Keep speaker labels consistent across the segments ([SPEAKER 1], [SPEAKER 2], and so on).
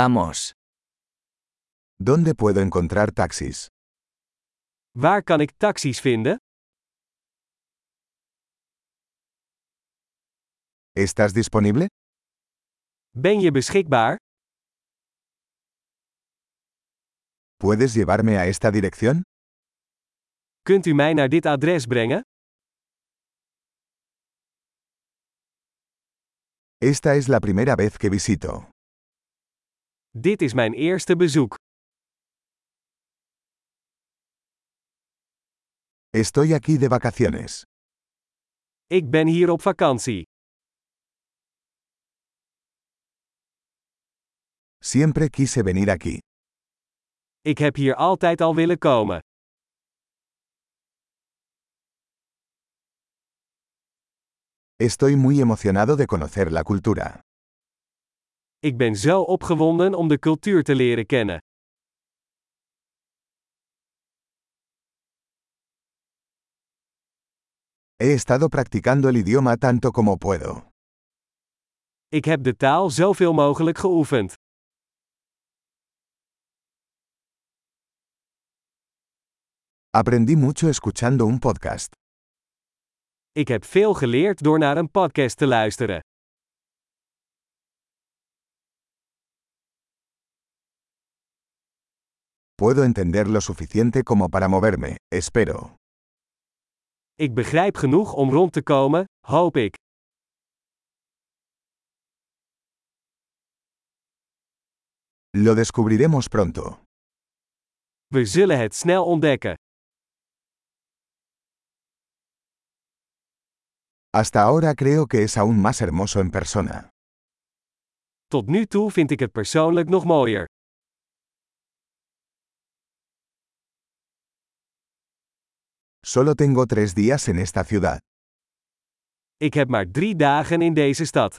[SPEAKER 1] Vamos.
[SPEAKER 2] ¿Dónde puedo encontrar taxis?
[SPEAKER 3] Waar kan ik taxis vinden?
[SPEAKER 2] ¿Estás disponible?
[SPEAKER 3] Ben je beschikbaar?
[SPEAKER 2] ¿Puedes llevarme a esta dirección?
[SPEAKER 3] Kunt u mij naar dit adres brengen?
[SPEAKER 2] Esta es la primera vez que visito.
[SPEAKER 3] Dit is mijn eerste bezoek.
[SPEAKER 2] Estoy aquí de vacaciones.
[SPEAKER 3] Ik ben hier op vakantie.
[SPEAKER 2] Siempre quise venir aquí.
[SPEAKER 3] Ik heb hier altijd al willen komen.
[SPEAKER 2] Estoy muy emocionado de conocer la cultura.
[SPEAKER 3] Ik ben zo opgewonden om de cultuur te leren kennen.
[SPEAKER 2] He estado practicando el idioma tanto como puedo.
[SPEAKER 3] Ik heb de taal zoveel mogelijk geoefend.
[SPEAKER 2] Aprendí mucho escuchando un podcast.
[SPEAKER 3] Ik heb veel geleerd door naar een podcast te luisteren.
[SPEAKER 2] Puedo entender lo suficiente como para moverme, espero.
[SPEAKER 3] Ik begrijp genoeg om rond te komen, hoop ik.
[SPEAKER 2] Lo descubriremos pronto.
[SPEAKER 3] We zullen het snel ontdekken.
[SPEAKER 2] Hasta ahora creo que es aún más hermoso en persona.
[SPEAKER 3] Tot nu toe vind ik het persoonlijk nog mooier.
[SPEAKER 2] Solo tengo tres días en esta ciudad.
[SPEAKER 3] Ik heb maar drie dagen in deze stad.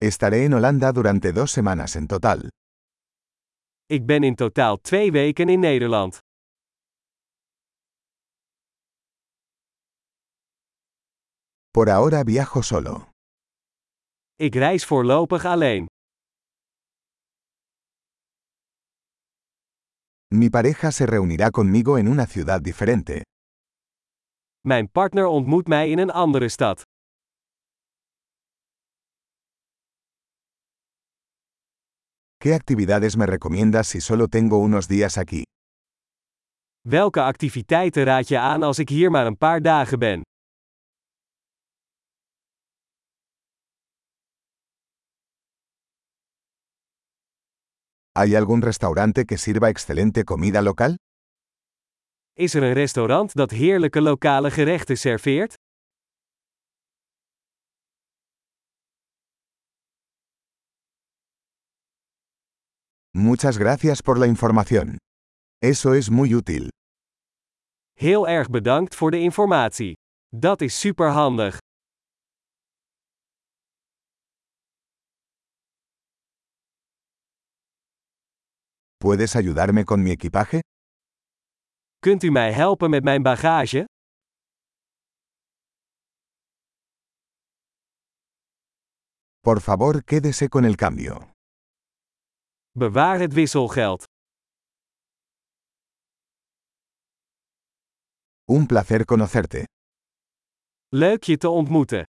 [SPEAKER 2] Estaré en Holanda durante dos semanas en total.
[SPEAKER 3] Ik ben in totaal twee weken in Nederland.
[SPEAKER 2] Por ahora viajo solo.
[SPEAKER 3] Ik reis voorlopig alleen.
[SPEAKER 2] Mi pareja se reunirá conmigo en una ciudad diferente.
[SPEAKER 3] Mijn partner ontmoet mij in een andere stad.
[SPEAKER 2] ¿Qué actividades me recomiendas si solo tengo unos días aquí?
[SPEAKER 3] Welke activiteiten raad je aan als ik hier maar een paar dagen ben?
[SPEAKER 2] ¿Hay algún restaurante que sirva excelente comida local?
[SPEAKER 3] Is er een restaurant dat heerlijke lokale gerechten serveert?
[SPEAKER 2] Muchas gracias por la información. Eso es muy útil.
[SPEAKER 3] Heel erg bedankt voor de informatie. Dat is superhandig.
[SPEAKER 2] ¿Puedes ayudarme con mi equipaje?
[SPEAKER 3] Kunt u mij helpen met mijn bagage?
[SPEAKER 2] Por favor, quédese con el cambio.
[SPEAKER 3] Bewaar het wisselgeld.
[SPEAKER 2] Un placer conocerte.
[SPEAKER 3] Leuk je te ontmoeten.